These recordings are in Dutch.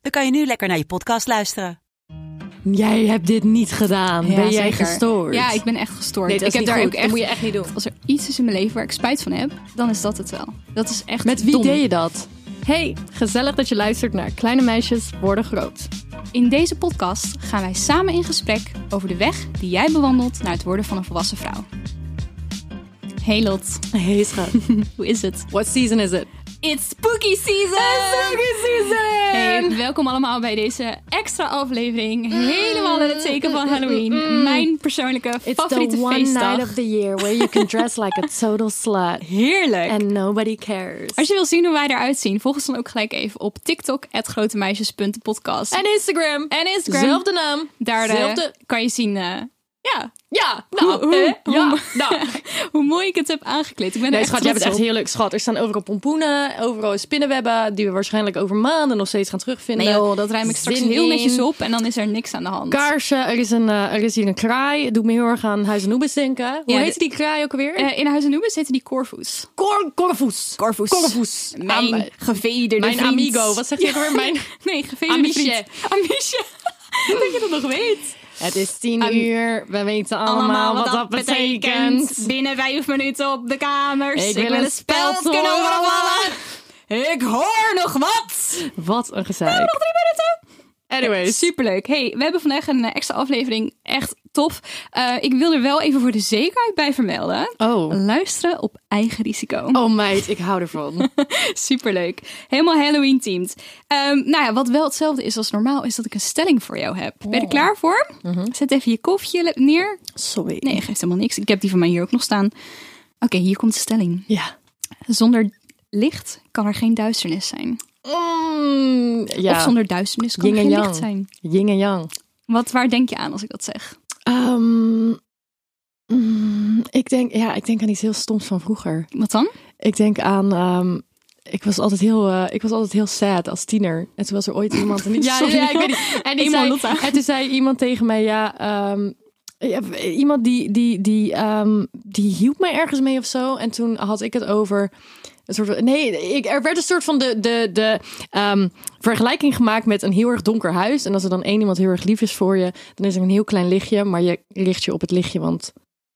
dan kan je nu lekker naar je podcast luisteren. Jij hebt dit niet gedaan. Ja, ben jij zeker. gestoord? Ja, ik ben echt gestoord. Nee, dat ik is heb niet daar goed. ook Dat echt. moet je echt niet doen. Als er iets is in mijn leven waar ik spijt van heb, dan is dat het wel. Dat is echt. Met wie dom. deed je dat? Hey, gezellig dat je luistert naar Kleine Meisjes Worden Groot. In deze podcast gaan wij samen in gesprek over de weg die jij bewandelt naar het worden van een volwassen vrouw. Hey Lot, Hey schat, hoe is het? what season is it? Eh, It's spooky season! season! Hey, welkom allemaal bij deze extra Mm. aflevering. Helemaal in het teken van Halloween. Mijn persoonlijke It's favoriete the one feestdag. night of the year where you can dress like a total slut. Heerlijk! And nobody cares. Als je wil zien hoe wij eruit zien, volg ons dan ook gelijk even op TikTok, grotemeisjes.podcast. En, En Instagram. en Instagram. Zelfde naam. Daar eh, zelfde- kan je zien eh, ja, Ja, hoe, hoe, Nou, hè? ja, hoe, nou. hoe mooi ik het heb aangekleed. Ik ben Nee, er echt schat, jij bent trots echt op. heerlijk, schat. Er staan overal pompoenen, overal spinnenwebben... die we waarschijnlijk over maanden nog steeds gaan terugvinden. Nee joh, dat ruim ik straks Zin heel in. netjes op en dan is er niks aan de hand. Kaarsen, er is, een, eh, er is hier een kraai. Het doet me heel erg aan Huis en Oebes denken. Hoe Ja, heet de- die kraai ook alweer? Eh, in Huis en Noebes zitten die Corvo's. Cor Corvus. Corvus. Corvus. Mijn Am- gevederde mijn vriend. amigo. Wat zeg je ook alweer? Mijn- nee, gevederde Amiche. vriend. Amiche. Dat je dat nog weet. Het is tien Am- uur. We weten allemaal, wat, dat betekent. Binnen vijf minuten op de kamers. Ik wil een speld speld kunnen horen. overvallen. Ik hoor nog wat. Wat een gezeik. Nog drie minuten. Anyways. Superleuk. Hey, we hebben vandaag een eh, extra aflevering. Echt top. Eh, ik wil er wel even voor de zekerheid bij vermelden. Oh. Luisteren op eigen risico. Oh meid, ik hou ervan. Superleuk. Helemaal Halloween-themed. Ehm, nou ja, wat wel hetzelfde is als normaal, is dat ik een stelling voor jou heb. Ben je er Oh. klaar voor? Mhm. Zet even je koffie le- neer. Sorry. Nee, geeft helemaal niks. Ik heb die van mij hier ook nog staan. Oké, hier komt de stelling. Ja. Zonder licht kan er geen duisternis zijn. Mm, ja. Of zonder duisternis kan Yin en er geen yang. licht zijn. Yin en yang. Wat, waar denk je aan als ik dat zeg? Ehm, mm, ik, denk, ja, ik denk aan iets heel stoms van vroeger. Wat dan? Ik denk aan. ehm, ik was, altijd heel, eh, ik was altijd heel sad als tiener. En toen was er ooit iemand... En die, Ja, ja, ik weet niet. En, Emo zei, Lotta. en toen zei iemand tegen mij... Ja, ehm, ja, iemand die, die, die, ehm, die hielp mij ergens mee of zo. En toen had ik het over... Een soort van, nee, ik, er werd een soort van de, de, de ehm, vergelijking gemaakt met een heel erg donker huis. En als er dan één iemand heel erg lief is voor je... dan is er een heel klein lichtje, maar je richt je op het lichtje. Want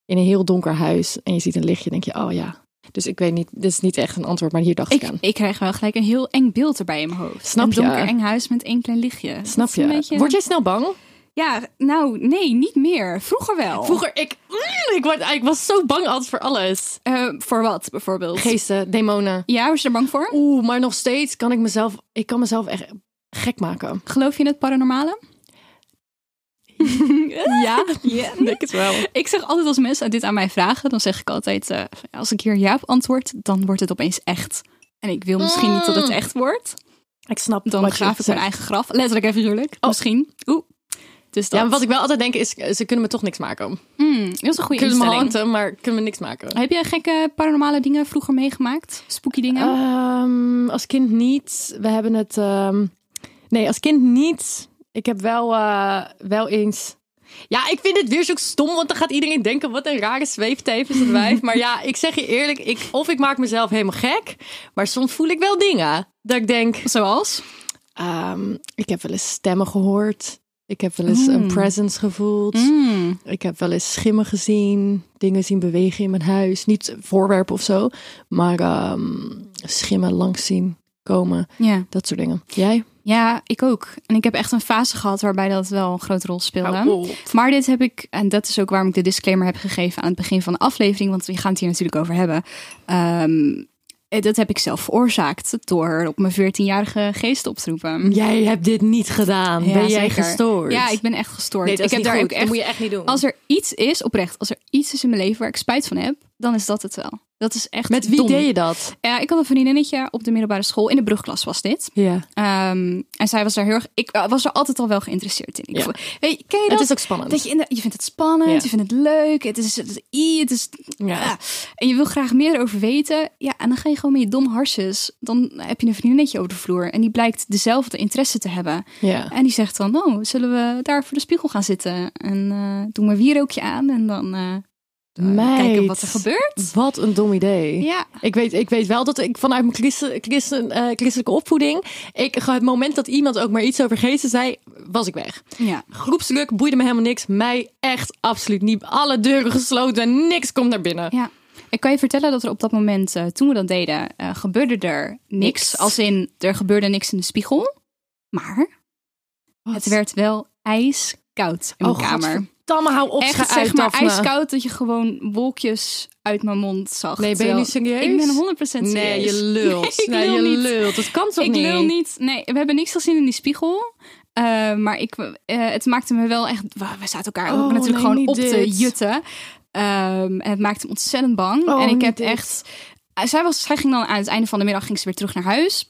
in een heel donker huis en je ziet een lichtje, denk je, oh ja. Dus ik weet niet, dit is niet echt een antwoord, maar hier dacht ik, Ik, aan. ik krijg wel gelijk een heel eng beeld erbij in mijn hoofd. Snap een je? donker eng huis met één klein lichtje. Snap je? Word jij snel bang? Ja, nou, nee, niet meer. Vroeger wel. Vroeger, ik, mm, ik, word, ik was zo bang altijd voor alles. Eh, voor wat, bijvoorbeeld? Geesten, demonen. Ja, was je er bang voor? Oeh, maar nog steeds kan ik mezelf, ik kan mezelf echt gek maken. Geloof je in het paranormale? Ja, Ja. denk het wel. Ik zeg altijd als mensen dit aan mij vragen, dan zeg ik altijd, eh, als ik hier ja op antwoord, dan wordt het opeens echt. En ik wil misschien niet Mm. dat het echt wordt. Ik snap Dan wat je graaf ik zegt. mijn Oh. eigen graf. Letterlijk even huwelijk. Misschien. Oeh. Dus dat. Ja, maar wat ik wel altijd denk is, ze kunnen me toch niks maken. Mm, dat is een goede Kunnen me instelling. hanten, maar kunnen me niks maken. Heb je gekke paranormale dingen vroeger meegemaakt? Spooky dingen? Ehm, als kind niet. We hebben het. ehm, nee, als kind niet. Ik heb wel, eh, wel eens. Ja, ik vind het weer zo stom, want dan gaat iedereen denken: wat een rare zweefteef is het wijf. Maar ja, ik zeg je eerlijk, ik, of ik maak mezelf helemaal gek, maar soms voel ik wel dingen dat ik denk: Zoals? ehm, ik heb wel eens stemmen gehoord, ik heb wel eens een presence gevoeld, Mm. ik heb wel eens schimmen gezien, dingen zien bewegen in mijn huis. Niet voorwerpen of zo, maar ehm, schimmen langs zien komen. Ja. Dat soort dingen. Jij? ja, ik ook. En ik heb echt een fase gehad waarbij dat wel een grote rol speelde. Mhm. Maar dit heb ik, en dat is ook waarom ik de disclaimer heb gegeven aan het begin van de aflevering, want we gaan het hier natuurlijk over hebben. Ehm, eh, dat heb ik zelf veroorzaakt door op mijn 14-jarige geest op te roepen. Jij hebt dit niet gedaan. Ja, ben jij zeker. gestoord? Ja, ik ben echt gestoord. Nee, dat ik is heb niet daar goed. ook Dat echt. moet je echt niet doen. Als er iets is, oprecht, als er iets is in mijn leven waar ik spijt van heb, dan is dat het wel. Dat is echt Met wie dom. deed je dat? Ja, ik had een vriendinnetje op de middelbare school. In de brugklas was dit. Ja. Ehm, en zij was daar heel erg... Ik eh, was er altijd al wel geïnteresseerd in. Ik Ja. voel- Weet je, ken je dat? Het is ook spannend. Dat je, in de- je vindt het spannend, Ja. je vindt het leuk, het is het is i, het is... Ja. Ah. En je wil graag meer over weten. Ja, en dan ga je gewoon met je dom harsjes. Dan heb je een vriendinnetje over de vloer. En die blijkt dezelfde interesse te hebben. ja. En die zegt dan, oh, zullen we daar voor de spiegel gaan zitten? En eh doe maar wierookje aan en dan eh, kijken Meid. wat er gebeurt. Wat een dom idee. Ja, Ik weet, ik weet wel dat ik vanuit mijn christen, christen, eh, christelijke opvoeding. Ik, gewoon het moment dat iemand ook maar iets over geesten zei, was ik weg. ja. Groepsdruk boeide me helemaal niks. Mij echt absoluut niet. Alle deuren gesloten en niks komt naar binnen. Ja. Ik kan je vertellen dat er op dat moment, eh, toen we dat deden, eh, gebeurde er niks. Niks. Als in, er gebeurde niks in de spiegel. Maar het werd wel ijskoud in mijn kamer. Tamme, hou Oh, op, Echt, ga zeg uit, eh. maar Daphne. ijskoud dat je gewoon wolkjes uit mijn mond zag. Nee, ben je Terwijl- nu serieus? Ik ben 100% serieus. Nee, je lult. Nee, ik Nee, lul je niet. lult. Dat kan toch ik niet? lul niet. Nee, we hebben niks gezien in die spiegel. Eh, maar ik, eh, het maakte me wel echt... We we zaten elkaar Oh, ook natuurlijk nee, gewoon niet op te dit. jutten. Ehm, en het maakte me ontzettend bang. Oh, en ik niet heb dit. echt... eh, Zij, was, zij ging dan aan het einde van de middag ging ze weer terug naar huis.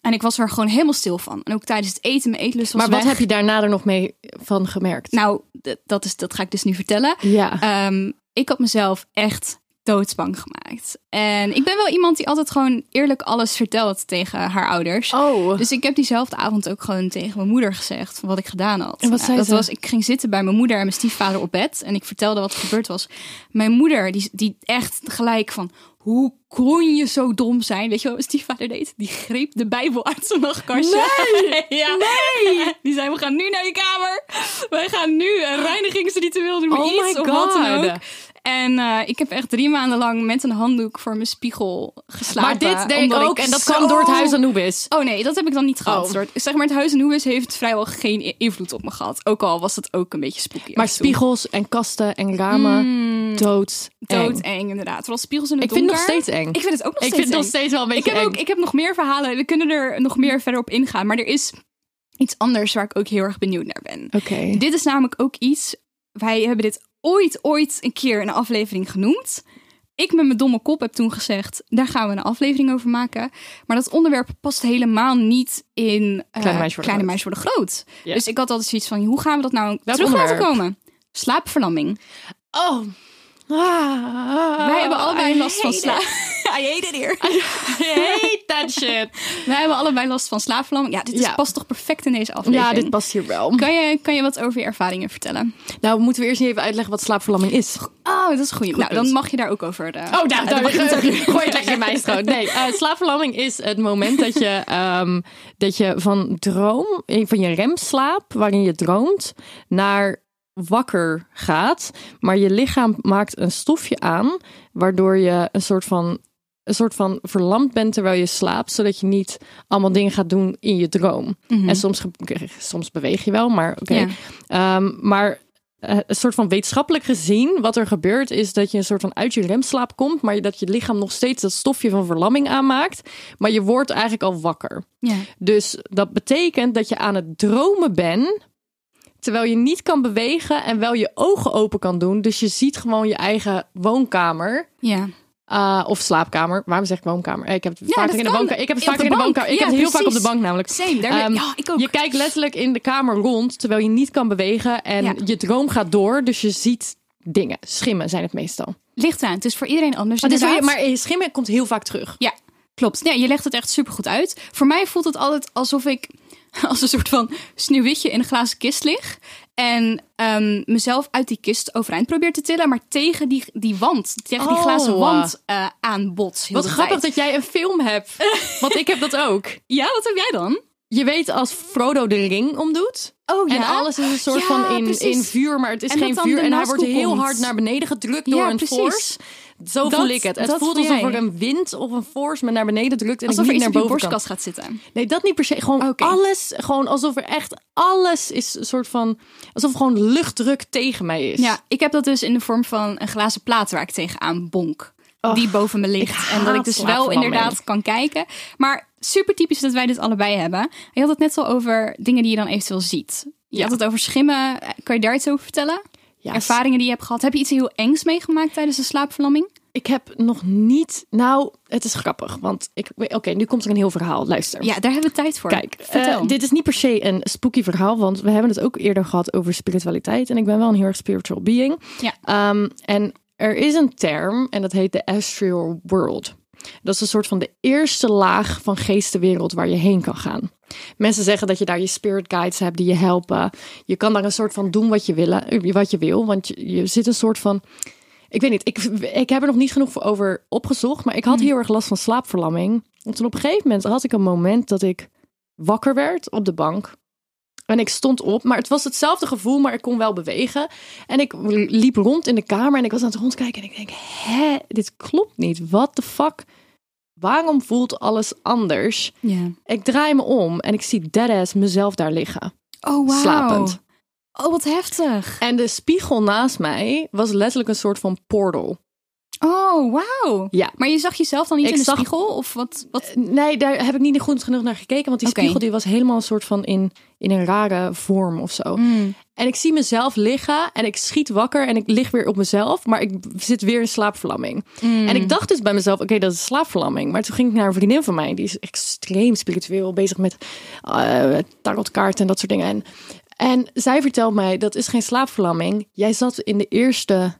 En ik was er gewoon helemaal stil van. En ook tijdens het eten, mijn eetlust was Maar wat weg. heb je daarna er nog mee eh, van gemerkt? Nou, d- dat, is, dat ga ik dus nu vertellen. ja. Ehm, ik had mezelf echt doodsbang gemaakt. En ik ben wel iemand die altijd gewoon eerlijk alles vertelt tegen haar ouders. oh. Dus ik heb diezelfde avond ook gewoon tegen mijn moeder gezegd van wat ik gedaan had. En wat Nou, zei dat ze? was, ik ging zitten bij mijn moeder en mijn stiefvader op bed en ik vertelde wat er gebeurd was. Mijn moeder, die, die echt gelijk van, hoe kon je zo dom zijn? Weet je wat mijn stiefvader deed? Die greep de Bijbel uit zijn nachtkastje. Nee! ja. nee! Die zei, we gaan nu naar je kamer. Wij gaan nu een reinigingsritueel doen. Oh iets my of wat dan God. ook. En eh, ik heb echt drie maanden lang met een handdoek voor mijn spiegel maar geslapen. dit deed ik omdat ook. En dat zo- kwam door het huis Anubis. Oh nee, dat heb ik dan niet gehad. Oh. Door- Zeg maar, het huis en Hoebes heeft vrijwel geen i- invloed op me gehad. Ook al was dat ook een beetje spooky. Maar af en toe. spiegels en kasten en ramen, Mm. dood. Doodeng, inderdaad. Vooral spiegels in het Ik vind het nog donker. steeds eng. Ik vind het ook nog Ik steeds vind het nog eng. steeds wel een Ik beetje heb, ook, eng. ik heb nog meer verhalen. We kunnen er nog meer verder op ingaan. Maar er is iets anders waar ik ook heel erg benieuwd naar ben. Oké. Dit is namelijk ook iets. Wij hebben dit ooit, ooit een keer in een aflevering genoemd. Ik met mijn domme kop heb toen gezegd: daar gaan we een aflevering over maken. Maar dat onderwerp past helemaal niet in eh, Kleine meisjes worden groot. meisjes worden groot. Ja. Dus ik had altijd zoiets van: hoe gaan we dat nou terug laten onderwerp? komen? Slaapverlamming. Oh. Ah. Wij hebben allebei I last van hate slaap. it. I hate it here. I hate that shit. Wij hebben allebei last van slaapverlamming. Ja, dit is, Ja. past toch perfect in deze aflevering. ja, dit past hier wel. Kan je, kan je wat over je ervaringen vertellen? Nou, moeten we eerst even uitleggen wat slaapverlamming is. Oh, dat is goed. nou, punt. dan mag je daar ook over. eh, Oh, daar, eh, dan mag je het ook- gooi het lekker in mijn stroot. Nee, eh, slaapverlamming is het moment dat je, ehm, dat je van droom, eh, van je remslaap, waarin je droomt, naar wakker gaat. Maar je lichaam maakt een stofje aan, waardoor je een soort van, een soort van verlamd bent terwijl je slaapt, zodat je niet allemaal dingen gaat doen in je droom. En soms, ge- soms beweeg je wel, maar oké. Ja. Ehm, maar eh, een soort van wetenschappelijk gezien, wat er gebeurt, is dat je een soort van uit je remslaap komt, maar dat je lichaam nog steeds dat stofje van verlamming aanmaakt. Maar je wordt eigenlijk al wakker. Ja. Dus dat betekent dat je aan het dromen bent, terwijl je niet kan bewegen en wel je ogen open kan doen. Dus je ziet gewoon je eigen woonkamer. Ja. eh, of slaapkamer. Waarom zeg ik woonkamer? Eh, Ik heb het Ja, vaak dat in de kan. woonkamer. Ik heb het Op vaak de in de bank. woonkamer. Ik Ja, heb het heel vaak op de precies. bank namelijk. Same, daar- Ehm, ja, ik ook. Je kijkt letterlijk in de kamer rond, terwijl je niet kan bewegen. En Ja. je droom gaat door, dus je ziet dingen. Schimmen zijn het meestal. Ligt eraan. Oh, Het is voor iedereen anders. Het is wel- Dus inderdaad. maar eh, schimmen komt heel vaak terug. Ja, klopt. Nee, je legt het echt supergoed uit. Voor mij voelt het altijd alsof ik als een soort van sneeuwwitje in een glazen kist lig. En ehm, mezelf uit die kist overeind probeer te tillen. Maar tegen die, die wand, tegen die Oh. glazen wand eh aan bots. heel Wat de grappig tijd. dat jij een film hebt. Want ik heb dat ook. Ja, wat heb jij dan? Je weet als Frodo de ring omdoet. Oh En alles is een soort Ja, van in, precies. in vuur, maar het is En dat geen dan vuur. de En hij nascoop wordt heel komt. hard naar beneden gedrukt Ja, door een precies. force. Zo Dat- voel ik het. Het dat voelt voel alsof jij. er een wind of een force me naar beneden drukt en Alsof ik er niet iets naar op je boven kan. borstkast gaat zitten. Nee, dat niet per se. Gewoon Oké. alles. Gewoon alsof er echt alles is. Een soort van. Alsof gewoon luchtdruk tegen mij is. Ja, ik heb dat dus in de vorm van een glazen plaat waar ik tegenaan bonk. die boven me ligt. ik En dat ik haat dus wel slaapverlamming. inderdaad kan kijken. Maar super typisch dat wij dit allebei hebben. Je had het net al over dingen die je dan eventueel ziet. Je had het over schimmen. Kan je daar iets over vertellen? Ja, Ervaringen die je hebt gehad. Heb je iets heel engs meegemaakt tijdens de slaapverlamming? Ik heb nog niet. Nou, het is grappig. Want ik. Oké, nu komt er een heel verhaal. Luister. Ja, daar hebben we tijd voor. Kijk, vertel. eh, dit is niet per se een spooky verhaal, want we hebben het ook eerder gehad over spiritualiteit. En ik ben wel een heel erg spiritual being. Ja. Ehm, en er is een term en dat heet de astral world. Dat is een soort van de eerste laag van geestenwereld waar je heen kan gaan. Mensen zeggen dat je daar je spirit guides hebt die je helpen. Je kan daar een soort van doen wat je, willen, eh, wat je wil, want je, je zit een soort van... Ik weet niet, ik, ik heb er nog niet genoeg voor over opgezocht, maar ik had heel erg last van slaapverlamming. En toen op een gegeven moment had ik een moment dat ik wakker werd op de bank. En ik stond op, maar het was hetzelfde gevoel, maar ik kon wel bewegen. En ik liep rond in de kamer en ik was aan het rondkijken. En ik denk, hè, dit klopt niet. What the fuck? Waarom voelt alles anders? Ja. Ik draai me om en ik zie deadass mezelf daar liggen. Oh, wow. Slapend. Eh, Oh, wat heftig. En de spiegel naast mij was letterlijk een soort van portal. Oh, wauw. Ja. Maar je zag jezelf dan niet Ik in de zag- spiegel? Of wat? wat... Nee, daar heb ik niet goed genoeg naar gekeken. Want die Oké. spiegel die was helemaal een soort van in, in een rare vorm of zo. Mm. En ik zie mezelf liggen en ik schiet wakker en ik lig weer op mezelf. Maar ik zit weer in slaapverlamming. Mm. En ik dacht dus bij mezelf, oké, dat is slaapverlamming. Maar toen ging ik naar een vriendin van mij. Die is extreem spiritueel, bezig met eh, tarotkaarten en dat soort dingen. En, en zij vertelt mij, dat is geen slaapverlamming. Jij zat in de eerste,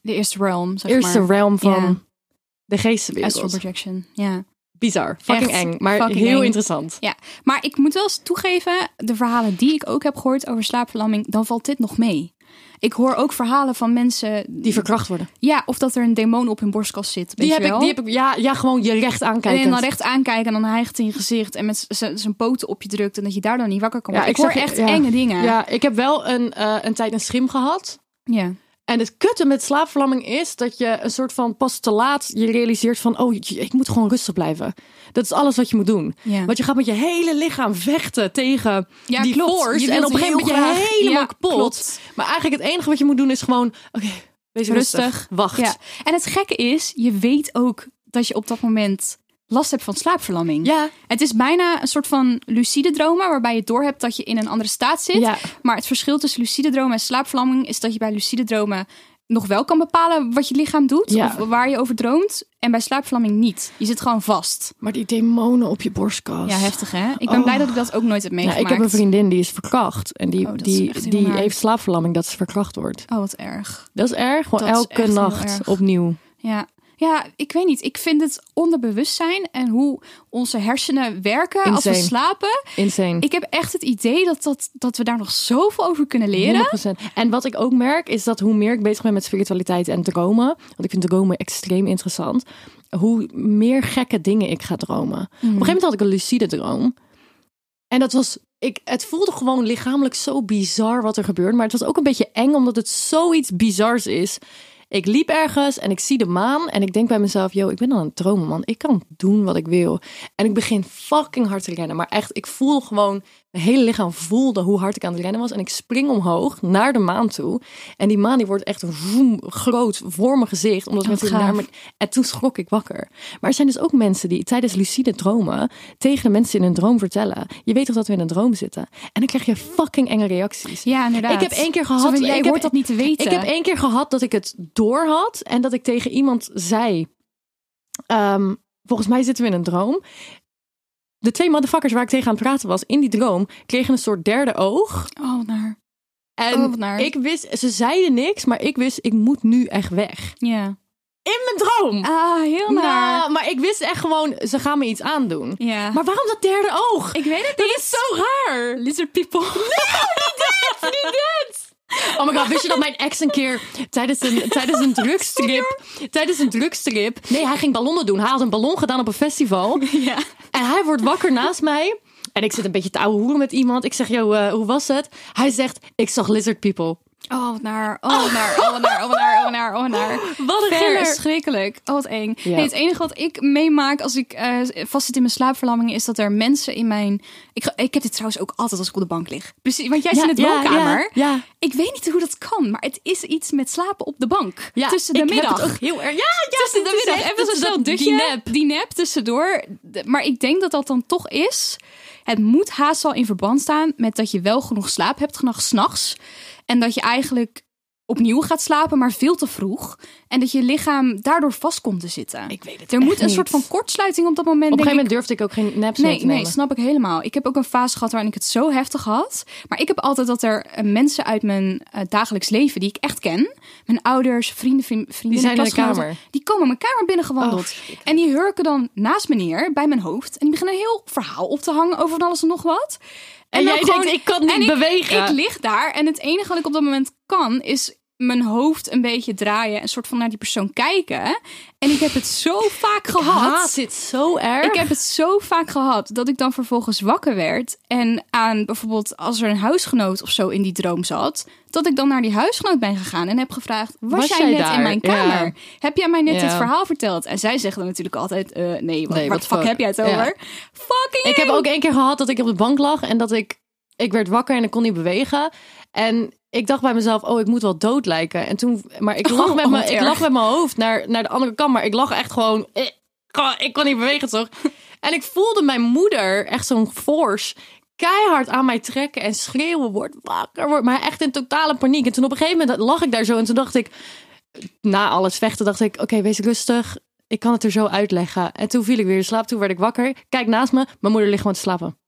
De eerste realm, zeg eerste maar. realm van Ja. de Astral geestenwereld. projection, ja. Bizar, fucking Echt eng, maar fucking heel eng. interessant. ja. Maar ik moet wel eens toegeven, de verhalen die ik ook heb gehoord over slaapverlamming, dan valt dit nog mee. Ik hoor ook verhalen van mensen... Die verkracht worden. Ja, of dat er een demon op hun borstkas zit, weet Die je heb, ik, wel? die heb ik, ja, ja, gewoon je recht aankijken. En dan recht aankijken en dan hijgt hij in je gezicht en met zijn poten op je drukt en dat je daar dan niet wakker kan Ja, worden. ik ik, hoor zag- echt ja. enge dingen. Ja, ik heb wel een, eh, een tijd een schim gehad. ja. En het kutte met slaapverlamming is dat je een soort van pas te laat je realiseert van oh, je- ik moet gewoon rustig blijven. Dat is alles wat je moet doen. Ja. Want je gaat met je hele lichaam vechten tegen Ja, die klopt. force. Je en wilt op een gegeven moment heel ben je graag- helemaal Ja, kapot. klopt. Maar eigenlijk het enige wat je moet doen is gewoon oké, wees rustig. Rustig. Wacht. Ja. Ja. En het gekke is, je weet ook dat je op dat moment last hebt van slaapverlamming. Het is bijna een soort van lucide dromen, waarbij je doorhebt dat je in een andere staat zit. Ja. Maar het verschil tussen lucide dromen en slaapverlamming is dat je bij lucide dromen nog wel kan bepalen wat je lichaam doet Ja. of waar je over droomt. En bij slaapverlamming niet. Je zit gewoon vast. Maar die demonen op je borstkas. Ja, heftig hè? Ik ben blij dat ik dat ook nooit heb Oh. Ja, meegemaakt. ik heb een vriendin die is verkracht. En die, Oh, dat is die, echt heel die naar. heeft slaapverlamming dat ze verkracht wordt. Oh, wat erg. Dat is erg. Gewoon Dat is echt elke heel nacht erg. opnieuw. Ja. Ja, ik weet niet. Ik vind het onderbewustzijn en hoe onze hersenen werken als we Insane. slapen. Insane. Ik heb echt het idee dat, dat, dat we daar nog zoveel over kunnen leren. 100%. En wat ik ook merk is dat hoe meer ik bezig ben met spiritualiteit en dromen, want ik vind dromen extreem interessant, hoe meer gekke dingen ik ga dromen. Op een gegeven moment had ik een lucide droom. En dat was, ik, het voelde gewoon lichamelijk zo bizar wat er gebeurt, maar het was ook een beetje eng omdat het zoiets bizars is. Ik liep ergens en ik zie de maan en ik denk bij mezelf, yo, ik ben aan het dromen, man. Ik kan doen wat ik wil. En ik begin fucking hard te rennen. Maar echt, ik voel gewoon, mijn hele lichaam voelde hoe hard ik aan het rennen was. En ik spring omhoog naar de maan toe. En die maan die wordt echt vroom, groot voor mijn gezicht. Omdat wat mensen die gaaf. naar me- En toen schrok ik wakker. Maar er zijn dus ook mensen die tijdens lucide dromen tegen de mensen in hun droom vertellen. Je weet toch dat we in een droom zitten? En dan krijg je fucking enge reacties. Ja, inderdaad. Ik heb één keer Zo gehad. van, jij ik hoort heb- dat niet te weten. Ik heb één keer gehad dat ik het door had en dat ik tegen iemand zei: ehm, Volgens mij zitten we in een droom. De twee motherfuckers waar ik tegen aan het praten was in die droom kregen een soort derde oog. Oh, wat naar. En Oh, wat naar. ik wist, ze zeiden niks, maar ik wist, ik moet nu echt weg. Ja. In mijn droom! Ah, heel Nou, maar ik wist echt gewoon, ze gaan me iets aandoen. Ja. Maar waarom dat derde oog? ik weet het dat niet. is zo raar. Lizard people. Oh my god, wist je dat mijn ex een keer tijdens een, tijdens een drugstrip... Tijdens een drugstrip... Nee, hij ging ballonnen doen. Hij had een ballon gedaan op een festival. ja. En hij wordt wakker naast mij. En ik zit een beetje te ouwe hoeren met iemand. Ik zeg, yo, eh, hoe was het? Hij zegt, ik zag lizard people. Oh, wat naar. Oh, wat naar. Oh, wat naar. Oh, wat naar. Oh, wat naar. Oh, wat naar. Wat een Ver, giller. Verschrikkelijk. Oh, wat eng. Ja. Nee, het enige wat ik meemaak als ik eh, vast zit in mijn slaapverlamming is dat er mensen in mijn... Ik, ga- ik heb dit trouwens ook altijd als ik op de bank lig. Precies, want jij zit Ja, in de ja, woonkamer. ja, ja. Ik weet niet hoe dat kan, maar het is iets met slapen op de bank. Ja, tussen de ik middag. Heb het ook heel erg. Ja, ja, tussen de middag. dat- Even zo'n dus dat- snel dutje. Die nep. Die nep tussendoor. De- Maar ik denk dat dat dan toch is. Het moet haast wel in verband staan met dat je wel genoeg slaap hebt, genoeg s'nachts. En dat je eigenlijk opnieuw gaat slapen, maar veel te vroeg. En dat je lichaam daardoor vast komt te zitten. Ik weet het er echt moet een niet. soort van kortsluiting op dat moment. Op een denk gegeven ik, moment durfde ik ook geen naps meer Nee, te nemen. nee, snap ik helemaal. Ik heb ook een fase gehad waarin ik het zo heftig had. Maar ik heb altijd dat er eh, mensen uit mijn eh, dagelijks leven die ik echt ken, mijn ouders, vrienden, vri- vrienden, Die zijn in de klasgenoten, kamer. die komen mijn kamer binnengewandeld. Oh, verschrikkelijk. en die hurken dan naast me neer bij mijn hoofd. En die beginnen een heel verhaal op te hangen over van alles en nog wat. En dan jij denkt, ik kan niet en ik- bewegen. Ik lig daar en het enige wat ik op dat moment kan is mijn hoofd een beetje draaien en soort van naar die persoon kijken. En ik heb het zo vaak gehad. haat dit zo erg. Ik heb het zo vaak gehad dat ik dan vervolgens wakker werd. En aan bijvoorbeeld als er een huisgenoot of zo in die droom zat. Dat ik dan naar die huisgenoot ben gegaan en heb gevraagd: Was, Was jij jij net daar? in mijn kamer? Ja. Heb jij mij net Ja. dit verhaal verteld? En zij zeggen dan natuurlijk altijd: eh, Nee, wat, Nee, wat wat fuck fuck. heb jij het Ja. over? Fucking Ik heb hell. ook één keer gehad dat ik op de bank lag en dat ik. Ik werd wakker en ik kon niet bewegen. En ik dacht bij mezelf, oh, ik moet wel dood lijken. En toen, maar ik lag, Oh, met, oh, mijn, wat ik erg. lag met mijn hoofd naar, naar de andere kant. Maar ik lag echt gewoon. eh, kan- Ik kon niet bewegen, toch? En ik voelde mijn moeder, echt zo'n force, keihard aan mij trekken en schreeuwen: Word wakker, word. Maar echt in totale paniek. En toen op een gegeven moment lag ik daar zo en toen dacht ik, na alles vechten dacht ik, oké, wees rustig. Ik kan het er zo uitleggen. En toen viel ik weer in slaap. Toen werd ik wakker. Kijk naast me. Mijn moeder ligt gewoon te slapen.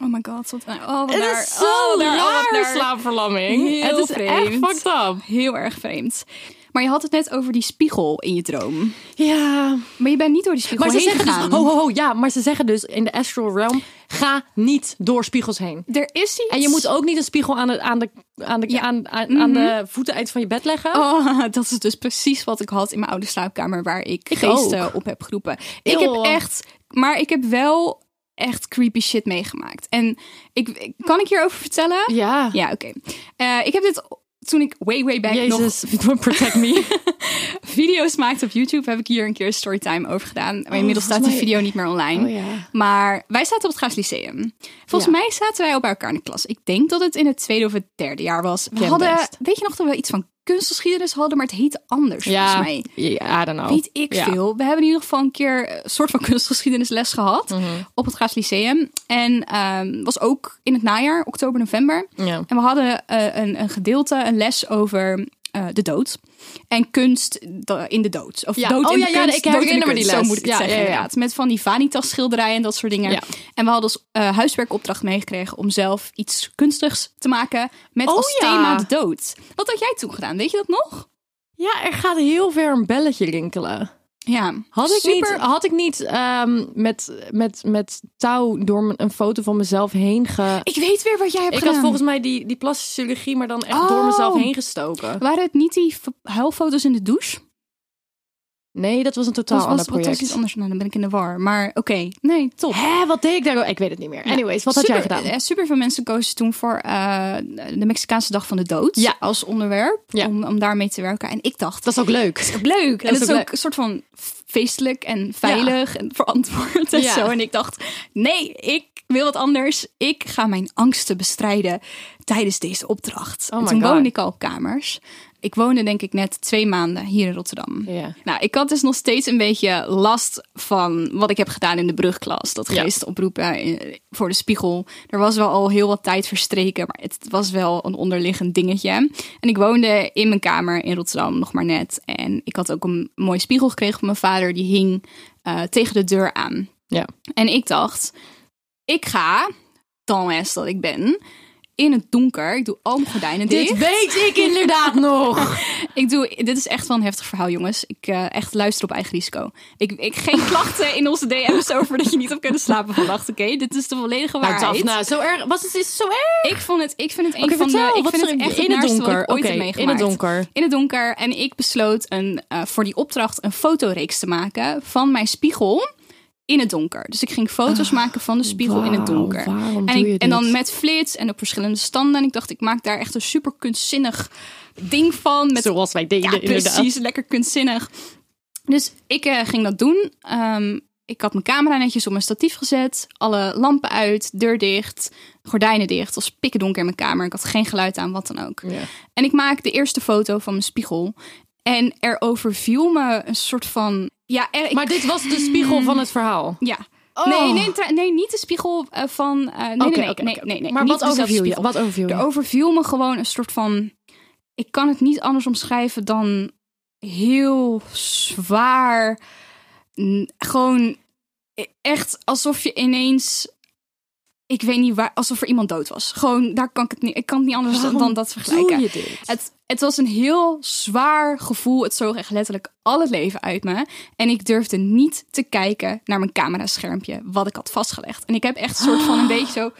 Oh my god, wat naar. Oh, wat Het naar- is zo oh, wat naar- oh, wat raar, naar- slaapverlamming. Heel het is echt vreemd. fucked up. Heel erg vreemd. Maar je had het net over die spiegel in je droom. Ja. Maar je bent niet door die spiegel Maar ze heen zeggen dus... gegaan. Ho, ho, ho. Ja, maar ze zeggen dus in de astral realm... Ga niet door spiegels heen. Er is iets. En je moet ook niet een spiegel aan de, aan de, aan de, Ja. Mhm. aan, aan, aan de voeten uit van je bed leggen. Oh, dat is dus precies wat ik had in mijn oude slaapkamer waar ik, geesten ook. op heb geroepen. Ik Eeuw. heb echt, maar ik heb wel echt creepy shit meegemaakt. En ik, kan ik hierover vertellen? Ja. Ja, oké. Eh, ik heb dit toen ik way way back nog Jezus, protect me. video's maakte op YouTube, heb ik hier een keer storytime over gedaan. Maar inmiddels staat die Oh, volgens mij- video niet meer online. Oh ja. Maar wij zaten op het Graafs Lyceum. Volgens Ja. mij zaten wij al bij elkaar in de klas. Ik denk dat het in het tweede of het derde jaar was. We Ken hadden, best. weet je nog dat we iets van kunstgeschiedenis hadden, maar het heette anders ja. volgens mij. Ja, I don't know. Weet ik Oh, Ja. veel. We hebben in ieder geval een keer een soort van kunstgeschiedenisles gehad Mhm. op het Graafs Lyceum. En ehm, was ook in het najaar, oktober, november. Ja. En we hadden eh, een, een gedeelte, een les over eh, de dood. En kunst de- in de dood. Of Ja. dood Oh, in ja, de ja, kunst, ik dood in de herinner me die kunst, Zo les. moet ik het Ja, zeggen, ja, ja. inderdaad. Met van die vanitas schilderijen en dat soort dingen. Ja. En we hadden als eh, huiswerkopdracht meegekregen om zelf iets kunstigs te maken met Oh, als ja. thema de dood. Wat had jij toen gedaan? Weet je dat nog? ja, er gaat heel ver een belletje rinkelen. Ja, Had ik super niet, had ik niet ehm, met, met, met touw door m- een foto van mezelf heen ge... Ik weet weer wat jij hebt Ik gedaan. had volgens mij die, die plastische chirurgie, maar dan echt Oh. door mezelf heen gestoken. Waren het niet die v- huilfoto's in de douche? Nee, dat was een totaal Dat was, ander was, was project. iets anders. Nou, dan ben ik in de war. Maar oké, nee, top. Hé, wat deed ik daar? Ik weet het niet meer. Anyways, wat had jij gedaan? super eh, veel mensen kozen toen voor eh, de Mexicaanse Dag van de Dood Ja. als onderwerp Ja. om, om daarmee te werken. En ik dacht, dat is ook leuk. leuk. En Dat is het is ook ook leuk. een soort van feestelijk en veilig en verantwoord en Ja. zo. En ik dacht, nee, ik wil wat anders. Ik ga mijn angsten bestrijden tijdens deze opdracht. Oh en my toen God. woonde ik al op kamers. Ik woonde denk ik net twee maanden hier in Rotterdam. Ja. Nou, ik had dus nog steeds een beetje last van wat ik heb gedaan in de brugklas. Dat Ja. geest oproepen eh, voor de spiegel. Er was wel al heel wat tijd verstreken, maar het was wel een onderliggend dingetje. En ik woonde in mijn kamer in Rotterdam nog maar net. En ik had ook een mooie spiegel gekregen van mijn vader. Die hing eh, tegen de deur aan. Ja. En ik dacht, ik ga, dan is dat ik ben, in het donker. Ik doe al mijn gordijnen dicht. Dit weet ik inderdaad nog. Ik doe, dit is echt wel een heftig verhaal, jongens. Ik eh, echt luister op eigen risico. Ik, ik geen klachten in onze DM's over dat je niet op kunnen slapen vannacht. Oké, dit is de volledige Maar waarheid. Daphna, zo erg. Was het, is het zo erg? Ik vond het, ik vind het een Oké, van vertel, de, ik wat vind is het er echt in het naarste wat donker? ik ooit Oké, heb in het meegemaakt. donker. In het donker. En ik besloot een, eh, voor die opdracht een fotoreeks te maken van mijn spiegel in het donker. Dus ik ging foto's maken van de spiegel in het Ah, wauw, donker. waarom en, doe je ik- en dan dit? met flits en op verschillende standen. En ik dacht, ik maak daar echt een super kunstzinnig ding van. Met Zoals wij deden, ja, inderdaad. precies. Lekker kunstzinnig. Dus ik eh, ging dat doen. Ehm, ik had mijn camera netjes op mijn statief gezet. Alle lampen uit, deur dicht, gordijnen dicht. Het was pikken donker in mijn kamer. Ik had geen geluid aan, wat dan ook. Ja. En ik maak de eerste foto van mijn spiegel. En er overviel me een soort van... Ja, er, ik- Maar dit was de spiegel van het verhaal. ja. Oh. Nee, nee, tra- nee, niet de spiegel eh, van... eh, nee, Oké, nee, nee, oké, nee, oké, nee, nee. Maar Niet wat dezelfde overviel, je? spiegel. wat overviel je? Er overviel me gewoon een soort van ik kan het niet anders omschrijven dan heel zwaar. N- Gewoon e-, echt alsof je ineens. Ik weet niet waar, alsof er iemand dood was. Gewoon, daar kan ik het niet. Ik kan het niet anders Waarom dan dat vergelijken. Doe je dit? Het, het was een heel zwaar gevoel. Het zoog echt letterlijk al het leven uit me. En ik durfde niet te kijken naar mijn cameraschermpje, wat ik had vastgelegd. En ik heb echt een soort van een beetje zo.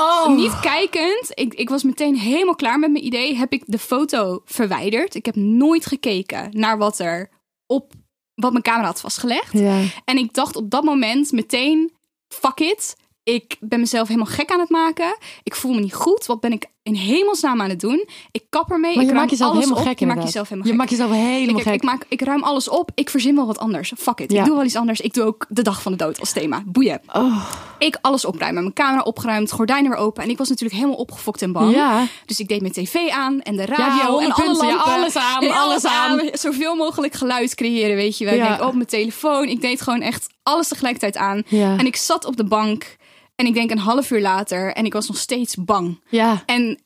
Oh. Niet kijkend, ik, ik was meteen helemaal klaar met mijn idee. Heb ik de foto verwijderd. Ik heb nooit gekeken naar wat er op wat mijn camera had vastgelegd. Ja. En ik dacht op dat moment meteen: fuck it. Ik ben mezelf helemaal gek aan het maken. Ik voel me niet goed. Wat ben ik in hemelsnaam aan het doen? Ik kap Maar ermee. ik je ruim maakt jezelf alles helemaal op. gek Je maakt inderdaad. jezelf helemaal Je gek. maakt jezelf helemaal ik, gek. Ik, maak, ik ruim alles op. Ik verzin wel wat anders. Fuck it. Ja. Ik doe wel iets anders. Ik doe ook de dag van de dood als thema. Boeien. Oh. Ik alles opruimen. Mijn camera opgeruimd. Gordijnen weer open. En ik was natuurlijk helemaal opgefokt en bang. Ja. Dus ik deed mijn tv aan en de Ja, die radio 100 en alle punten. Ja, lampen. alles aan, Ja, alles aan. Zoveel mogelijk geluid creëren, weet je wel. Ja. Ik denk op mijn telefoon. Ik deed gewoon echt alles tegelijkertijd aan. Ja. En ik zat op de bank en ik denk een half uur later en ik was nog steeds bang. Ja. En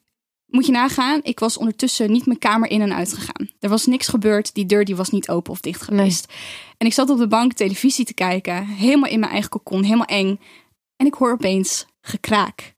moet je nagaan, ik was ondertussen niet mijn kamer in en uit gegaan. Er was niks gebeurd, die deur die was niet open of dicht geweest. En ik zat op de bank televisie te kijken, helemaal in mijn eigen kokon, helemaal eng. En ik hoor opeens gekraak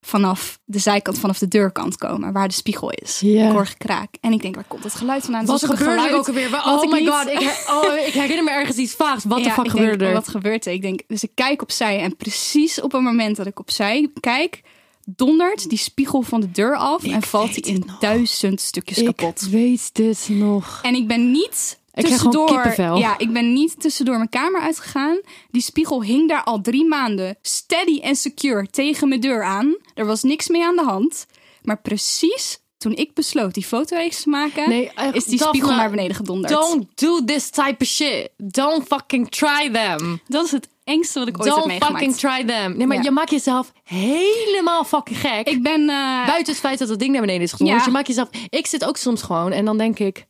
vanaf de zijkant, vanaf de deurkant komen, waar de spiegel is. Ja. Ik hoor gekraak. En ik denk, waar komt dat geluid vandaan? Dus Het Wat was ook een gebeurde er geluid ook alweer? Oh wat ik my niet- god, ik, her- oh, ik herinner me ergens iets vaags. Wat de ja, fuck ik gebeurde denk, er? Wat gebeurt er? Ik denk, dus ik kijk opzij en precies op het moment dat ik opzij kijk, dondert die spiegel van de deur af en valt die weet in het nog. duizend stukjes kapot. Ik weet dit nog. En ik ben niet Ik krijg gewoon tussendoor. kippenvel. Ja, ik ben niet tussendoor mijn kamer uitgegaan. Die spiegel hing daar al drie maanden steady en secure tegen mijn deur aan. Er was niks mee aan de hand. Maar precies toen ik besloot die fotoreeks te maken, Nee, echt, is die Daphne, spiegel naar beneden gedonderd. Don't do this type of shit. Don't fucking try them. dat is het engste wat ik ooit heb Don't meegemaakt. fucking try them. Nee, maar Ja. je maakt jezelf helemaal fucking gek. Ik ben eh, Buiten het feit dat dat ding naar beneden is gedonderd. Ja. Je maakt jezelf... Ik zit ook soms gewoon en dan denk ik...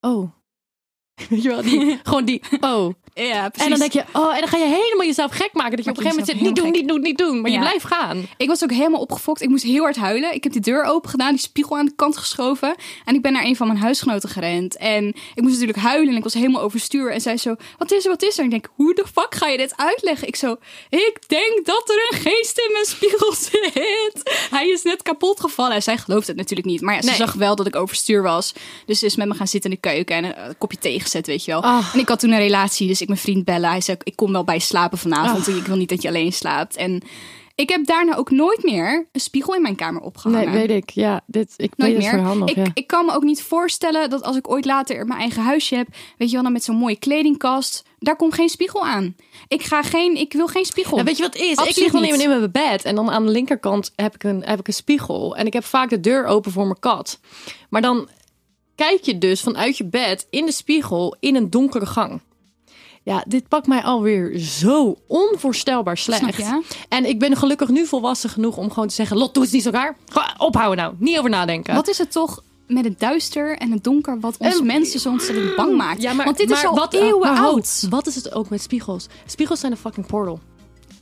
Oh. Weet je wel, die, gewoon die, oh. Ja, precies. En dan denk je, oh, en dan ga je helemaal jezelf gek maken. Dat je Maak op een gegeven je moment zegt, jezelf niet doen, helemaal niet doen, niet doen. Maar je Ja. blijft gaan. Ik was ook helemaal opgefokt. Ik moest heel hard huilen. Ik heb die deur open gedaan, die spiegel aan de kant geschoven. En ik ben naar een van mijn huisgenoten gerend. En ik moest natuurlijk huilen en ik was helemaal overstuur. En zij zo, wat is er, wat is er? En ik denk, hoe de fuck ga je dit uitleggen? Ik zo, ik denk dat er een geest in mijn spiegel zit. Hij is net kapot gevallen. En zij gelooft het natuurlijk niet. Maar ja, ze Nee. zag wel dat ik overstuur was. Dus ze is met me gaan zitten in de keuken en eh, een kopje thee gezet, weet je wel. Ah. En ik had toen een relatie, dus ik mijn vriend bellen. Hij zei, ik kom wel bij je slapen vanavond. Ik wil niet dat je alleen slaapt. En ik heb daarna ook nooit meer een spiegel in mijn kamer opgehangen. Nee, weet ik. Ja, dit, ik Nooit weet het meer. verhaal nog. ik, ja. ik kan me ook niet voorstellen dat als ik ooit later mijn eigen huisje heb, weet je wel, dan met zo'n mooie kledingkast, daar komt geen spiegel aan. Ik ga geen, ik wil geen spiegel. Ja, weet je wat het is? Absoluut ik lig dan in niet. mijn- in mijn bed en dan aan de linkerkant heb ik, een, heb ik een spiegel. En ik heb vaak de deur open voor mijn kat. Maar dan kijk je dus vanuit je bed in de spiegel in een donkere gang. Ja, dit pakt mij alweer zo onvoorstelbaar slecht. Snap je? En ik ben gelukkig nu volwassen genoeg om gewoon te zeggen... Lot, doe het niet zo raar. Ga- Ophouden nou. Niet over nadenken. Wat is het toch met het duister en het donker wat ons En- mensen zo ontzettend bang maakt? Mm, Ja, maar, Want dit maar is al wat, eeuwen maar ho, oud. Wat is het ook met spiegels? Spiegels zijn een fucking portal.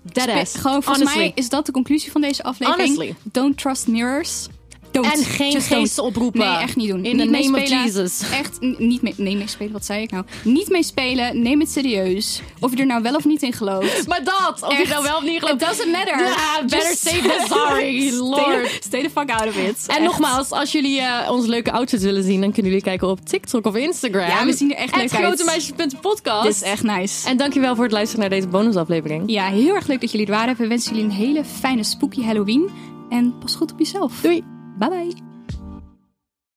Dead Spe- ass. Gewoon volgens Honestly. mij is dat de conclusie van deze aflevering. Honestly. Don't trust mirrors. Don't. En geen Just don't. geesten oproepen. Nee, echt niet doen. In niet the name of meespelen. Jesus. Echt n- niet mee, nee, meespelen. Wat zei ik nou? Niet meespelen. Neem het serieus. Of je er nou wel of niet in gelooft. Maar dat, of je Echt. nou wel of niet gelooft. It doesn't matter. Ja, better Just- safe than sorry, Stay lord. the, stay the fuck out of it. En Echt. nogmaals, als jullie eh, onze leuke outfits willen zien, dan kunnen jullie kijken op TikTok of Instagram. Ja, we zien er echt leuk uit. grotemeisjes.podcast. Dit is echt nice. En dankjewel voor het luisteren naar deze bonusaflevering. Ja, heel erg leuk dat jullie er waren. We wensen jullie een hele fijne spooky Halloween. En pas goed op jezelf. Doei! Bye bye.